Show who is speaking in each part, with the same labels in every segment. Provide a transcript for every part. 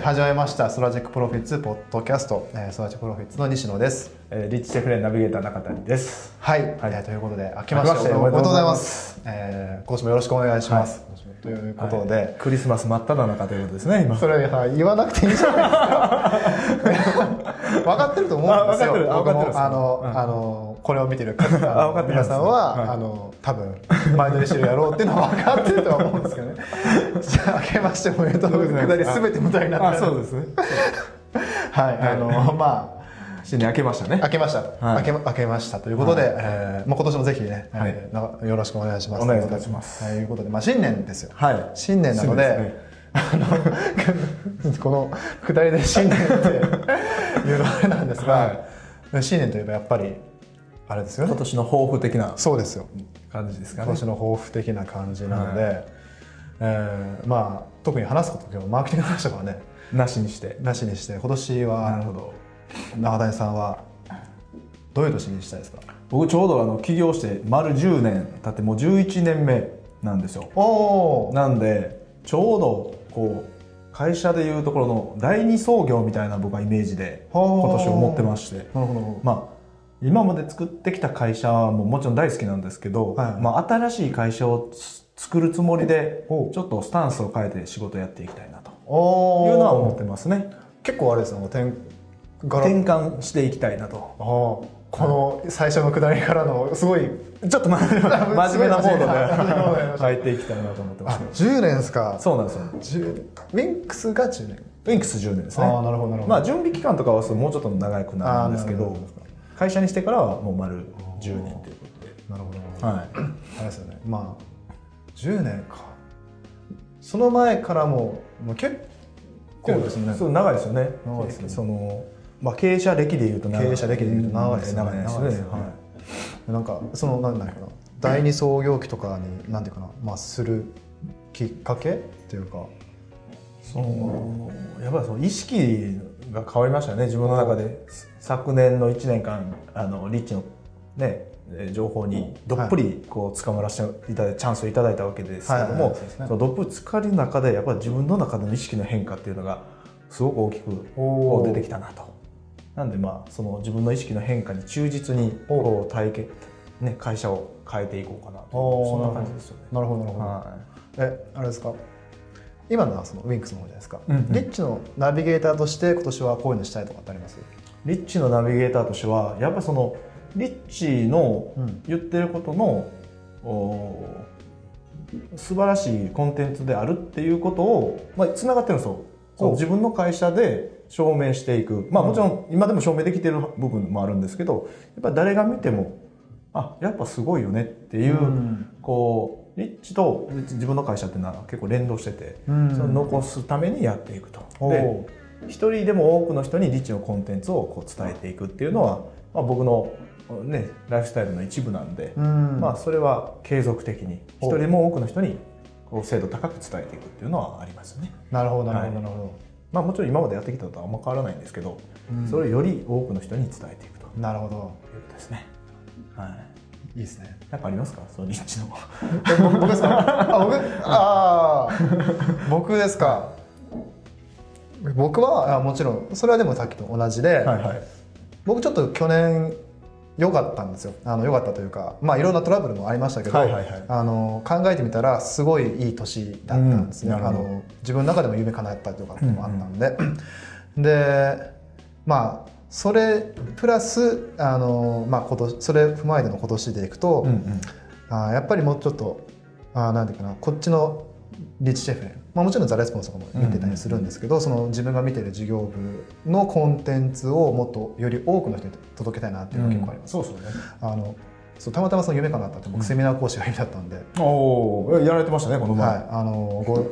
Speaker 1: 始まりました「ソラジェックプロフィッツ」ポッドキャスト、えー、ソラジェックプロフィッツの西野です。
Speaker 2: えー、リッチシェフレンナビゲーター中谷です。
Speaker 1: はい、
Speaker 2: はい
Speaker 1: えーということで明けましてお
Speaker 2: 明けまして
Speaker 1: め
Speaker 2: おめ
Speaker 1: でとうご
Speaker 2: でとうご
Speaker 1: ざ
Speaker 2: ざ
Speaker 1: い
Speaker 2: い
Speaker 1: ま
Speaker 2: ます
Speaker 1: す。えー今年もよろしくお願いします。
Speaker 2: はい
Speaker 1: ということで、
Speaker 2: はいクリスマス真っ只中ということですね、今。
Speaker 1: それは言わなくていいじゃないですか。 分かってると思うんですよ。
Speaker 2: あ分かってるあ
Speaker 1: 僕も
Speaker 2: 分かってるんですね
Speaker 1: あの、
Speaker 2: うん
Speaker 1: あのこれを見てる
Speaker 2: あ分か
Speaker 1: 方
Speaker 2: ってるん
Speaker 1: 皆
Speaker 2: ですね
Speaker 1: さんは、
Speaker 2: はい
Speaker 1: あの多分前乗りしてるやろうっていうのは分かってるとは思うんです けどね。じゃあ明けましておめでとうくだりすべて無駄になった。
Speaker 2: あ、そうですね。
Speaker 1: はい、あのまあ。
Speaker 2: 新年明けましたね
Speaker 1: 開。けました、
Speaker 2: はい
Speaker 1: 開けま開けましたということで、えーまあ、今年もぜひね、
Speaker 2: はい
Speaker 1: えーなよろしくお願いします
Speaker 2: お願いいたします
Speaker 1: ということで、まあ、新年ですよ、
Speaker 2: はい
Speaker 1: 新年なので
Speaker 2: 新年ですね
Speaker 1: あの このくだりで新年っていうのあれなんですが、新年といえばやっぱりあれですよね
Speaker 2: 今年の抱負的な
Speaker 1: そうですよ
Speaker 2: 感じですか
Speaker 1: 今
Speaker 2: ね。
Speaker 1: 年の抱負的な感じなので、
Speaker 2: は
Speaker 1: えーまあ特に話すこと今日マーケティングの話とかはね
Speaker 2: なしにして。
Speaker 1: なしにして今年
Speaker 2: なる
Speaker 1: は
Speaker 2: ほど。
Speaker 1: 中谷さんはどういう年にしたいですか
Speaker 2: 僕ちょうどあの起業して丸10年経ってもう11年目なんですよ。
Speaker 1: おお
Speaker 2: なんでちょうどこう会社でいうところの第二創業みたいな僕はイメージで今
Speaker 1: ほう
Speaker 2: 年思ってまして。
Speaker 1: なるほどなるほど
Speaker 2: まあ、今まで作ってきた会社はもうもちろん大好きなんですけど、
Speaker 1: はい
Speaker 2: まあ、新しい会社をつ作るつもりでち
Speaker 1: おう
Speaker 2: ょっとスタンスを変えて仕事やっていきたいなとい
Speaker 1: お
Speaker 2: うのは思
Speaker 1: お
Speaker 2: ってますね
Speaker 1: 結構あれですねもう転ガラ
Speaker 2: 転換していきたいなと
Speaker 1: あーこの最初の下りからのすごい
Speaker 2: ちょっとま 真面目なモー ドで
Speaker 1: は
Speaker 2: 入っていきたいなと思ってます
Speaker 1: あ
Speaker 2: け
Speaker 1: 10年ですか
Speaker 2: どそうなんですよ
Speaker 1: 10年ウィンクスが10年
Speaker 2: ウィンクス10年ですね
Speaker 1: ああなるほどなるほど
Speaker 2: まあ、準備期間とかはもうちょっと長くなるんですけ
Speaker 1: あーなる
Speaker 2: ど
Speaker 1: ほど
Speaker 2: 会社にしてからはもう丸10年というこ
Speaker 1: なるほどなるほど
Speaker 2: とで、
Speaker 1: あ
Speaker 2: はい、
Speaker 1: れですよねまあ10年かその前からももう結構ですね
Speaker 2: そう長いですよね。
Speaker 1: 長いですね
Speaker 2: そのまあ経営者歴で言うと長い
Speaker 1: 経営者歴で言うと長いですね
Speaker 2: 長いですね。
Speaker 1: 長いですね
Speaker 2: は
Speaker 1: なんかそのなんだろうな第二創業期とかになんていうかなまあするきっかけっていうか
Speaker 2: い。そのやっぱりその意識が変わりましたね。自分の中で昨年の1年間あのリッチのねえー情報にどっぷりこう捕まらせていただいたチャンスをいただいたわけですけど
Speaker 1: はいはいはい
Speaker 2: も、
Speaker 1: そうです
Speaker 2: そ
Speaker 1: ね
Speaker 2: のどっぷり浸かりの中でやっぱり自分の中での意識の変化っていうのがすごく大きく
Speaker 1: おー
Speaker 2: 出てきたなと。なんでまあその自分の意識の変化に忠実に
Speaker 1: おう
Speaker 2: こう体験ね会社を変えていこうかなと
Speaker 1: お
Speaker 2: そ
Speaker 1: ー
Speaker 2: んな感じですよね。
Speaker 1: なるほどなるほど、
Speaker 2: は
Speaker 1: えあれですか今のはそのウィンクスの方じゃないですか、
Speaker 2: うんうん
Speaker 1: リッチのナビゲーターとして今年はこういうのしたいとかってあります
Speaker 2: い。リッチのナビゲーターとしてはやっぱそのリッチの
Speaker 1: うん
Speaker 2: 言ってることの、おー素晴らしいコンテンツであるっていうことをまあ繋がってるんですよ。そ
Speaker 1: お
Speaker 2: の自分の会社で証明していく。まあもちろん今でも証明できてる部分もあるんですけど、やっぱり誰が見てもあやっぱすごいよねっていう。こうリッチとリッチ自分の会社っていうのは結構連動してて、
Speaker 1: うん
Speaker 2: それを残すためにやっていくと
Speaker 1: おう
Speaker 2: で一人でも多くの人にリッチのコンテンツをこう伝えていくっていうのは、まあ、僕の、ね、ライフスタイルの一部なんで、
Speaker 1: うん
Speaker 2: まあ、それは継続的に
Speaker 1: お
Speaker 2: 一人でも多くの人にこう精度高く伝えていくっていうのはありますね。
Speaker 1: なるほどなるほどな
Speaker 2: はい
Speaker 1: るほど、
Speaker 2: まあ、もちろん今までやってきたのとあんま変わらないんですけど、
Speaker 1: うん
Speaker 2: それをより多くの人に伝えていくと
Speaker 1: なるほど
Speaker 2: いうことですね。はい。
Speaker 1: いいですね
Speaker 2: なんかありますか、そのリッチの。
Speaker 1: え僕僕ですかあ僕あー僕ですか僕はあもちろんそれはでもさっきと同じで、
Speaker 2: はい。
Speaker 1: 僕ちょっと去年良かったんですよあの良かったというかまあいろんなトラブルもありましたけど、
Speaker 2: はいはいはい
Speaker 1: あの考えてみたらすごいいい年だったんですね、
Speaker 2: うんな
Speaker 1: あ
Speaker 2: るほど
Speaker 1: の自分の中でも夢叶えたりとかっていうのもあったんで、でまあそれプラスあの、まあ、今年それ踏まえての今年でいくと、
Speaker 2: ん。
Speaker 1: あーやっぱりもうちょっとあーなんていうかなこっちのリッチシェフレン、まあ、もちろんザ・レスポンスとかも見てたりするんですけど、その自分が見てる事業部のコンテンツをもっとより多くの人に届けたいなっていうのが結構あります、
Speaker 2: そうそうね。
Speaker 1: あのそうたまたまその夢かなったって僕セミナー講師が夢だったんで、
Speaker 2: おお、やられてましたね、この前。
Speaker 1: はい、あのご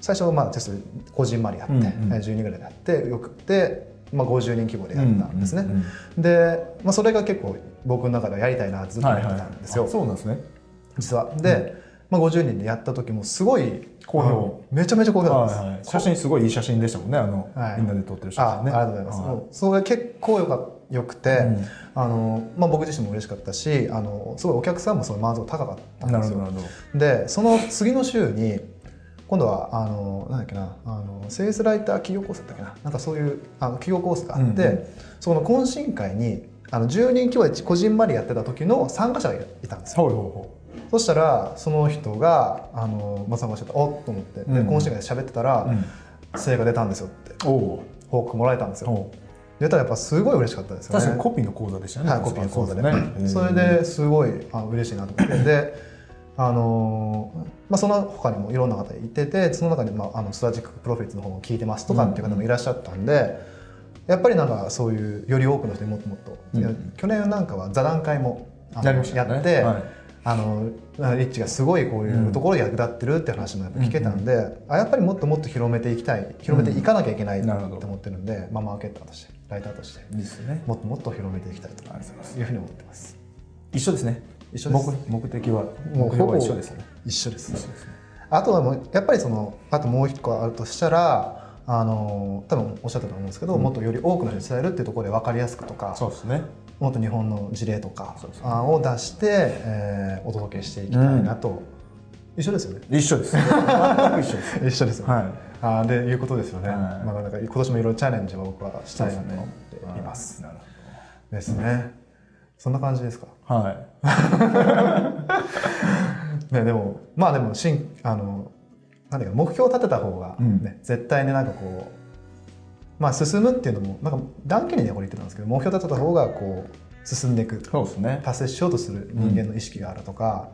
Speaker 1: 最初まあテストこじんまりやって、
Speaker 2: うんうん
Speaker 1: えー12ぐらいでやってよくて、まあ、50人規模でやったんですね、
Speaker 2: うんうん
Speaker 1: で、まあ、それが結構僕の中ではやりたいなってずっと
Speaker 2: は
Speaker 1: 思っ
Speaker 2: い
Speaker 1: て
Speaker 2: はい
Speaker 1: たんですよ、
Speaker 2: あそうなんですね。
Speaker 1: 実はで、まあ、50人でやった時もすごい
Speaker 2: 好評
Speaker 1: あのめちゃめちゃ好評だったんです、
Speaker 2: はいはい写真すごいいい写真でしたもんね、あの、
Speaker 1: はい
Speaker 2: みんなで撮ってる写
Speaker 1: ああ
Speaker 2: 真
Speaker 1: り
Speaker 2: ね。
Speaker 1: がとうございます、
Speaker 2: は
Speaker 1: もうそれ結構よかよくて、
Speaker 2: うん
Speaker 1: あのまあ、僕自身も嬉しかったしあのすごいお客さんもその満足度高かったん
Speaker 2: な
Speaker 1: で
Speaker 2: る
Speaker 1: す
Speaker 2: ほど、
Speaker 1: よ
Speaker 2: なるほど。
Speaker 1: でその次の週に今度はあのなんだっけなあのセールスライター企業構成だっけななんかそういうあの企業構成があって、
Speaker 2: うんうん
Speaker 1: そこの懇親会にあの10人規模でこじんまりやってた時の参加者がいたんですよ
Speaker 2: ほうほ
Speaker 1: そしたらその人があのまあ参加してたおっと思ってで
Speaker 2: うんうん
Speaker 1: 懇親会で喋ってたら、成果出たんですよって
Speaker 2: うほう。おう
Speaker 1: 報告もらえたんですよ
Speaker 2: おう。
Speaker 1: 出たらやっぱすごい嬉しかったですよね
Speaker 2: 確かにコピーの講座でしたね。
Speaker 1: はい、コピーの講座で、
Speaker 2: ね。
Speaker 1: それですごいあ嬉しいなと思ってで、あのーまあ、その他にもいろんな方いててその中に、まあ、あのスタジックプロフィッツの方も聞いてますとかっていう方もいらっしゃったんで、やっぱりなんかそういうより多くの人にもっともっと、
Speaker 2: うん
Speaker 1: いや去年なんかは座談会もあの
Speaker 2: やりましたね
Speaker 1: やって、
Speaker 2: はい
Speaker 1: あのリッチがすごいこういうところで役立ってるって話もやっぱ聞けたんで、あやっぱりもっともっと広めていきたい広めていかなきゃいけないって
Speaker 2: なるほど
Speaker 1: 思ってるんで、まあ、マーケッターとしてライターとして
Speaker 2: いいですね。
Speaker 1: もっともっと広めていきたいと
Speaker 2: ありがとうございます。
Speaker 1: いうふうに思ってます。
Speaker 2: 一緒ですね。
Speaker 1: 一緒です
Speaker 2: 目目的は
Speaker 1: もう
Speaker 2: 目標
Speaker 1: ほぼ
Speaker 2: は一緒ですね。
Speaker 1: 一緒です、
Speaker 2: 一緒ですね
Speaker 1: あとはもうやっぱりそのあともう一個あるとしたらあの多分おっしゃったと思うんですけど、もっとより多くの人に伝えるっていうところで分かりやすくとか
Speaker 2: そうですね。
Speaker 1: もっと日本の事例とか
Speaker 2: そうそう
Speaker 1: 案を出して、えーお届けしていきたいなと、一緒ですよね
Speaker 2: 一緒です。全く一緒です。
Speaker 1: 一緒ですよね、
Speaker 2: は
Speaker 1: あーでいうことですよね、
Speaker 2: はい
Speaker 1: まあ、なんか今年もいろいろチャレンジは僕はしたいなと思ってい
Speaker 2: い
Speaker 1: ま
Speaker 2: ますす。なるほ
Speaker 1: ですね、そんな感じですか
Speaker 2: ど。はい。
Speaker 1: ね、でもまあでもしんあのなんだか目標を立てた方が、
Speaker 2: うん
Speaker 1: ね絶対になんかこう、まあ、進むっていうのもなんか断言にねこれ言ってたんですけど目標を立てた方がこう進んでいく
Speaker 2: そうですね。
Speaker 1: 達成しようとする人間の意識があるとか、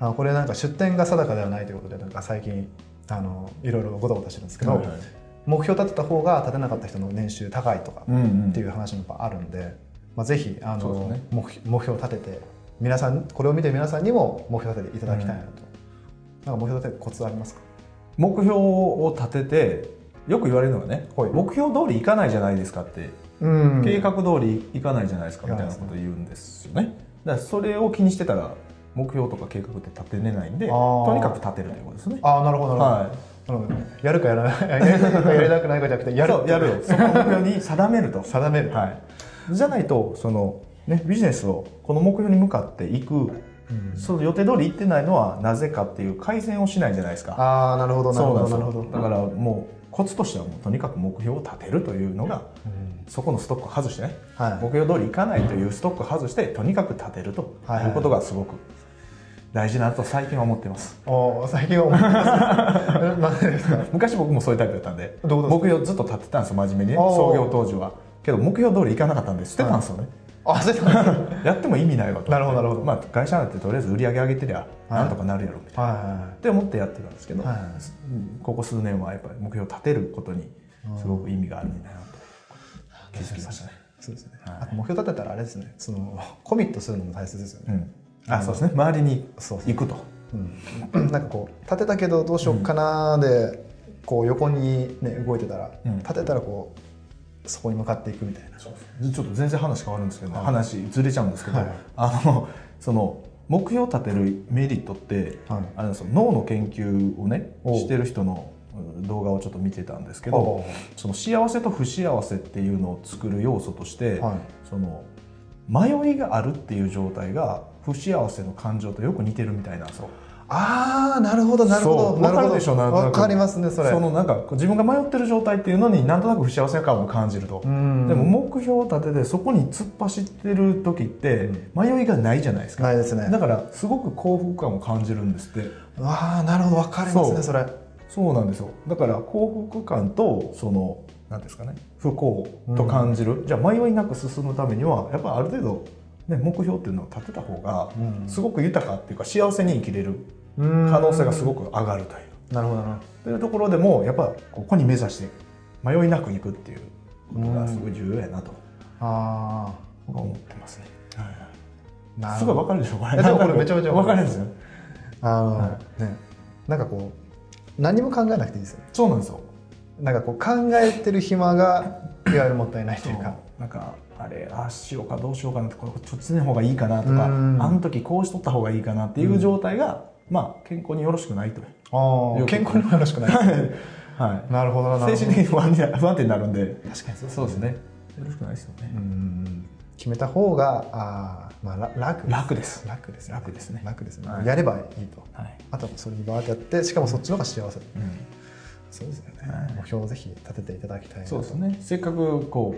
Speaker 1: あこれなんか出典が定かではないということでなんか最近あのいろいろごたごたしてるんですけど、
Speaker 2: はいはい
Speaker 1: 目標を立てた方が立てなかった人の年収高いとか
Speaker 2: うんうん。
Speaker 1: っていう話もやっぱあるんで、まあ、ぜひあ
Speaker 2: そうです
Speaker 1: の、
Speaker 2: ね
Speaker 1: 目標目標を立てて皆さんこれを見て皆さんにも目標を立てていただきたいなと、なんか目標立てるコツありますか
Speaker 2: 目標を立ててよく言われるのがね、
Speaker 1: はい
Speaker 2: 目標通りいかないじゃないですかって、
Speaker 1: うん
Speaker 2: 計画通りいかないじゃないですかみたいなことを言うんですよねだからそれを気にしてたら目標とか計画って立てれないんで
Speaker 1: あー
Speaker 2: とにかく立てるということですね
Speaker 1: ああなるほどな
Speaker 2: は
Speaker 1: るほど、なるほどやるかやらないやりたくかやりたくないかじゃなくて
Speaker 2: い
Speaker 1: やる
Speaker 2: そう やるその目標に定めると
Speaker 1: 定める、
Speaker 2: はいじゃないとそのねビジネスをこの目標に向かっていく
Speaker 1: うん
Speaker 2: その予定通りいってないのはなぜかっていう改善をしないじゃないですか
Speaker 1: ああなるほどなる
Speaker 2: そう
Speaker 1: ほ
Speaker 2: な
Speaker 1: ど
Speaker 2: んです
Speaker 1: な
Speaker 2: よ
Speaker 1: るほど
Speaker 2: だからもうコツとしてはもうとにかく目標を立てるというのが
Speaker 1: うん
Speaker 2: そこのストックを外してね
Speaker 1: はい
Speaker 2: 目標通りいかないというストックを外してとにかく立てると
Speaker 1: はいはい
Speaker 2: いうことがすごく大事だなと最近は思ってます
Speaker 1: おー最近は思いますえ なんでですか
Speaker 2: 昔僕もそういうタイプだったんで
Speaker 1: どういうこと
Speaker 2: 目標ずっと立てたんですよ真面目にね
Speaker 1: あー
Speaker 2: 創業当時はけど目標通りいかなかったんで捨てたんですよね、
Speaker 1: あそうです かはい
Speaker 2: やっても意味ないわと
Speaker 1: なるほどなるほど
Speaker 2: まあ、会社なんてとりあえず売り上げ上げてりゃなんとかなるやろみたいな、
Speaker 1: は
Speaker 2: って思ってやってたんですけど、
Speaker 1: はい
Speaker 2: うんここ数年はやっぱり目標を立てることにすごく意味があるんだなと気づきましたね、
Speaker 1: いそうですね、
Speaker 2: はい
Speaker 1: あと目標立てたらあれですねそのコミットするのも大切ですよね
Speaker 2: うん、あそうですね周りに
Speaker 1: そう
Speaker 2: 行くと
Speaker 1: うん、なんかこう立てたけどどうしようかなで、こう横にね動いてたら、
Speaker 2: うん
Speaker 1: 立てたらこうそこに向かっていくみたいな。
Speaker 2: ちょっと全然話変わるんですけど、
Speaker 1: はい
Speaker 2: 話ずれちゃうんですけど、
Speaker 1: はい
Speaker 2: あのその目標を立てるメリットって、
Speaker 1: はい
Speaker 2: あれなんですよ脳の研究をね
Speaker 1: おう
Speaker 2: してる人のうん動画をちょっと見てたんですけ
Speaker 1: おう
Speaker 2: どその幸せと不幸せっていうのを作る要素として、
Speaker 1: はい
Speaker 2: その迷いがあるっていう状態が不幸せの感情とよく似てるみたいなんですよ。
Speaker 1: ああなるほどなるほど
Speaker 2: そう
Speaker 1: な
Speaker 2: わ
Speaker 1: る
Speaker 2: か
Speaker 1: ほ
Speaker 2: る
Speaker 1: ど
Speaker 2: でしょなんとなく
Speaker 1: わかりますねそれ。
Speaker 2: そのなんか自分が迷ってる状態っていうのになんとなく不幸せ感を感じると。
Speaker 1: うん
Speaker 2: でも目標を立ててそこに突っ走ってる時って迷いがないじゃないですか、
Speaker 1: ないですね
Speaker 2: だ。からすごく幸福感を感じるんですって
Speaker 1: ああなるほどわかります
Speaker 2: そ
Speaker 1: ね
Speaker 2: う
Speaker 1: それ。
Speaker 2: そうなんですよだから幸福感とその何ですかね不幸と感じる、じゃあ迷いなく進むためにはやっぱりある程度、ね、目標っていうのを立てた方が
Speaker 1: うん
Speaker 2: すごく豊かっていうか幸せに生きれる可
Speaker 1: 可
Speaker 2: 能性がす
Speaker 1: い。
Speaker 2: ごく上がるという。
Speaker 1: なるほどなる
Speaker 2: というところでもやっぱここに目指して迷いなく行くっていうことがすごい重要やなと
Speaker 1: ほど。あ
Speaker 2: 僕は思ってますね。はいはい
Speaker 1: あなる
Speaker 2: すご
Speaker 1: ほ
Speaker 2: い
Speaker 1: ど。
Speaker 2: わかるでしょこ
Speaker 1: え
Speaker 2: れ。
Speaker 1: でもこれめちゃめちゃわ
Speaker 2: わ
Speaker 1: か
Speaker 2: か
Speaker 1: る
Speaker 2: るんですよ。
Speaker 1: あの、
Speaker 2: は
Speaker 1: ねなんかこう何も考えなくていいですよね。
Speaker 2: そうなんですよ。
Speaker 1: なんかこう考えてる暇がいわゆるもったいないというか。
Speaker 2: なんかあれああしようかどうしようかなとかこっちの方がいいかなと
Speaker 1: うん
Speaker 2: かあの時こうしとった方がいいかなっていう状態が、まあ健康によろしくないという。
Speaker 1: あ
Speaker 2: よ
Speaker 1: あ
Speaker 2: く
Speaker 1: 健康にもよろしく ない。
Speaker 2: は
Speaker 1: なるほどなるほど
Speaker 2: い。精神的に不安にな不安定になるんで。
Speaker 1: 確かにそうです
Speaker 2: そうですね。よろしくないですよね。
Speaker 1: うん決めた方があー、まあ、ら楽
Speaker 2: 楽です
Speaker 1: 楽です
Speaker 2: 楽ですね
Speaker 1: 楽ですね、
Speaker 2: はい
Speaker 1: やればいいと
Speaker 2: はい、
Speaker 1: あとはそれにバーってやってしかもそっちの方が幸せ
Speaker 2: うん
Speaker 1: そうですよね、
Speaker 2: はい
Speaker 1: 目標をぜひ立てていただきたいなと
Speaker 2: そうですねせっかくこ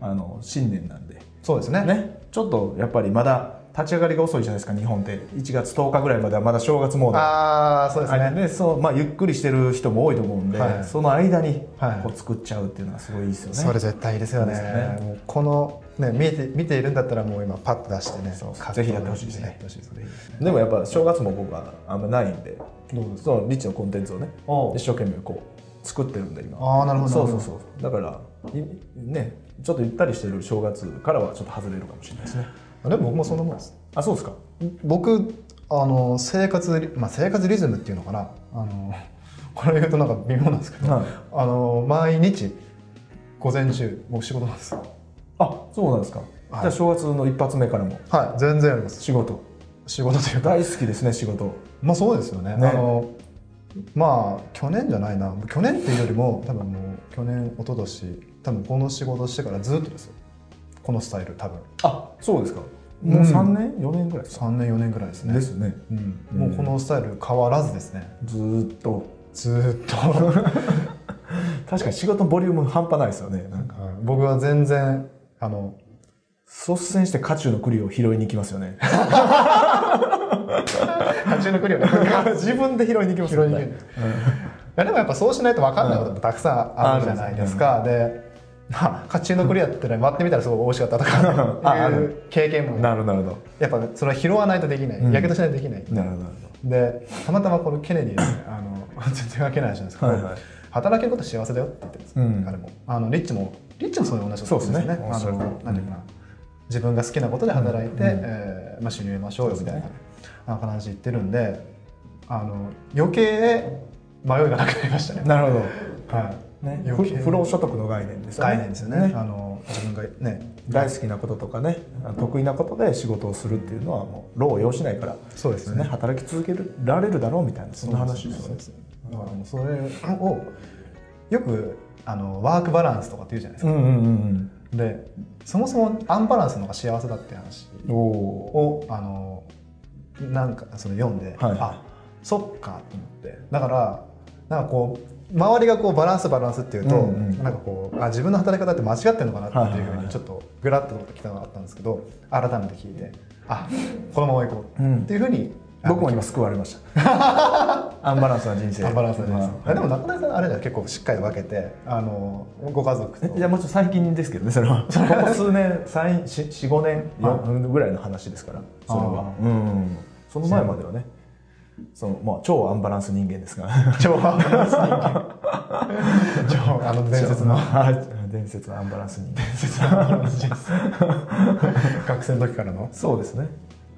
Speaker 2: うあの新年なんで
Speaker 1: そうですね
Speaker 2: ねちょっとやっぱりまだ立ち上がりが遅いじゃないですか日本って1月10日ぐらいまではまだ正月モード
Speaker 1: ああそうですね、
Speaker 2: あれねそうまあ、ゆっくりしてる人も多いと思うんで、
Speaker 1: はい
Speaker 2: その間に
Speaker 1: はい
Speaker 2: こう作っちゃうっていうのはすごいいいですよね。
Speaker 1: それ絶対いいですよね
Speaker 2: そうですね
Speaker 1: もうこのね見えて見ているんだったらもう今パッと出してね
Speaker 2: そう
Speaker 1: カット
Speaker 2: ぜひやってほしいですね
Speaker 1: やってほしいですね
Speaker 2: でもやっぱ正月も僕はあんまないんで
Speaker 1: どうですか
Speaker 2: そのリッチのコンテンツをね
Speaker 1: おう
Speaker 2: 一生懸命こう作ってるんで今
Speaker 1: あーなるほどな
Speaker 2: そ
Speaker 1: る
Speaker 2: う
Speaker 1: ほ
Speaker 2: そ
Speaker 1: ど
Speaker 2: うそうだからいねちょっとゆったりしてる正月からはちょっと外れるかもしれないですね
Speaker 1: あでも僕もそんなもんです
Speaker 2: あそうですか
Speaker 1: 僕あの生活リ、まあ、生活リズムっていうのかなあの これ言うとなんか微妙なんですけど
Speaker 2: はい
Speaker 1: あの毎日午前中もう仕事なんです
Speaker 2: あそうなんですか、じゃあ正月の一発目からも
Speaker 1: はい全然あります
Speaker 2: 仕事
Speaker 1: 仕事というか
Speaker 2: 大好きですね仕事
Speaker 1: まあそうですよね
Speaker 2: ね
Speaker 1: あのまあ去年じゃないな去年っていうよりも多分もう去年一昨年多分この仕事してからずっとですよこのスタイル多分
Speaker 2: あそうですかもう3年、4年ぐらいですか
Speaker 1: 3年4年ぐらいですね
Speaker 2: ですね
Speaker 1: うん、
Speaker 2: うん
Speaker 1: もうこのスタイル変わらずですね
Speaker 2: ずーっと
Speaker 1: ずーっ と
Speaker 2: 確かに仕事のボリューム半端ないですよねなんか
Speaker 1: 僕は全然あの
Speaker 2: 率先して渦中の栗を拾いに行きますよね
Speaker 1: 発注のクリアが
Speaker 2: 自分で拾いに行きますよ
Speaker 1: 拾いに行
Speaker 2: ね
Speaker 1: くいやでもやっぱそうしないと分かんないこともたくさんあるじゃないですか、でまあカチンのクリアってね割ってみたらすごい美味しかったと
Speaker 2: ああ
Speaker 1: か い
Speaker 2: る
Speaker 1: う経験も
Speaker 2: なるほどなるほ
Speaker 1: やっぱそれは拾わないとできない、
Speaker 2: うん
Speaker 1: やけどしないとできない
Speaker 2: どなるほどなるほど
Speaker 1: でたまたまこのケネディですねあの 全然関係ないじゃないですか、
Speaker 2: はいはい
Speaker 1: 働けること幸せだよって言ってるんです、
Speaker 2: うん
Speaker 1: 彼もあのリッチもリッチもそういう同じこと
Speaker 2: そうですね
Speaker 1: あ
Speaker 2: そうそ
Speaker 1: の
Speaker 2: う
Speaker 1: なんていうかな、自分が好きなことで働いて、
Speaker 2: うんうん
Speaker 1: えーまあ、収入得ましょうよみたいな、
Speaker 2: そうで
Speaker 1: あの話言ってるんであの余計迷いがなくなりましたね、
Speaker 2: なるほ
Speaker 1: は
Speaker 2: ど、ね、
Speaker 1: 余計
Speaker 2: 不不労所得の概念です
Speaker 1: い、
Speaker 2: よね
Speaker 1: 概念ですよねあの自分がね
Speaker 2: 大好きなこととかね得意なことで仕事をするっていうのはもう労を要しないから
Speaker 1: そうで
Speaker 2: ですね働き続けられるだろうみたいなそんな話ですよね
Speaker 1: ねだからもうそれをよくあのワークバランスとかって言うじゃないですか、
Speaker 2: うんうんうん
Speaker 1: でそもそもアンバランスの方が幸せだって話
Speaker 2: うんおお
Speaker 1: をあのなんかその読んで、
Speaker 2: はい
Speaker 1: あそっかと思ってだからなんかこう周りがこうバランスバランスっていうと、
Speaker 2: うんうん
Speaker 1: なんかこうあ自分の働き方って間違ってるのかなっていう
Speaker 2: はい
Speaker 1: ふ
Speaker 2: は
Speaker 1: う
Speaker 2: い
Speaker 1: に
Speaker 2: はい
Speaker 1: ちょっとグラッときたのがあったんですけど改めて聞いてあこのままいこ
Speaker 2: う
Speaker 1: うんっていうふうに、
Speaker 2: 僕も今救われました アンバランスな人生
Speaker 1: アンバランスなんです、
Speaker 2: まあ
Speaker 1: でも中谷さんあれじゃ結構しっかり分けてあのご家族と
Speaker 2: い やもちろん最近ですけどねそれはここ数年45年
Speaker 1: は
Speaker 2: よぐらいの話ですからそれは
Speaker 1: あ
Speaker 2: うんその前まではねそのまあ超アンバランス人間ですから
Speaker 1: 超アンバランス人間超あの 伝 説の
Speaker 2: はい伝説のアンバランス人間
Speaker 1: 学生の時からの
Speaker 2: そうですね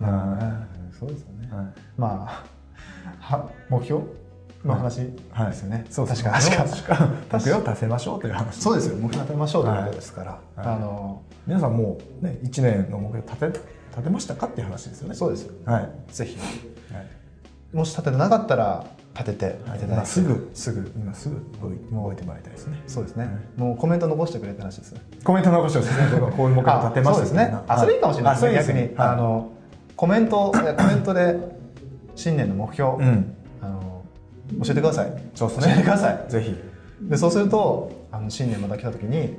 Speaker 2: は
Speaker 1: そうですよね
Speaker 2: いはい
Speaker 1: まあは目標の話
Speaker 2: はい
Speaker 1: ですよね、
Speaker 2: そう
Speaker 1: 確か確か
Speaker 2: 確か目標を達成ましょうという話
Speaker 1: そうですよ目標立てましょうというこ
Speaker 2: は
Speaker 1: と
Speaker 2: い
Speaker 1: ですから、
Speaker 2: はい
Speaker 1: あの
Speaker 2: 皆さんもうね1年の目標立て立てましたかっていう話ですよね
Speaker 1: そうですよ
Speaker 2: はい
Speaker 1: ぜひ
Speaker 2: はい
Speaker 1: もし立ててなかったら立てていただいて、
Speaker 2: 今すぐ
Speaker 1: すぐ
Speaker 2: 今すぐ動い動いてもらいたいですね
Speaker 1: そうですね、
Speaker 2: はい
Speaker 1: もうコメント残してくれって話ですよ
Speaker 2: コメント残してほしいですね僕はこういう目標立てま
Speaker 1: あ
Speaker 2: し
Speaker 1: そう
Speaker 2: た
Speaker 1: ですねあそれいいかもしれないですね逆に、あ
Speaker 2: の
Speaker 1: のコメントコメントで新年の目標、
Speaker 2: うん
Speaker 1: あの教えてください
Speaker 2: そうです
Speaker 1: 教えてく
Speaker 2: ね
Speaker 1: ださい
Speaker 2: ぜひ
Speaker 1: でそうするとあの新年また来た時に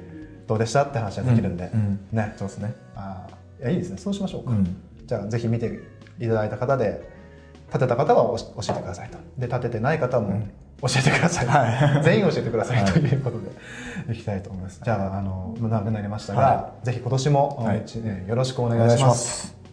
Speaker 1: どうでしたって話ができるんで、
Speaker 2: うんうん
Speaker 1: ね
Speaker 2: そうですね
Speaker 1: あーいやいいですねそうしましょうか、
Speaker 2: うん
Speaker 1: じゃあぜひ見ていただいた方で立てた方はおし教えてくださいとで立ててない方も教えてください、
Speaker 2: は い
Speaker 1: 全員教えてください
Speaker 2: はい
Speaker 1: ということで、い、きたいと思いますじゃああの長くなりましたが、
Speaker 2: は
Speaker 1: ぜひ今年も、
Speaker 2: はい
Speaker 1: 一年よろしくお願いします
Speaker 2: す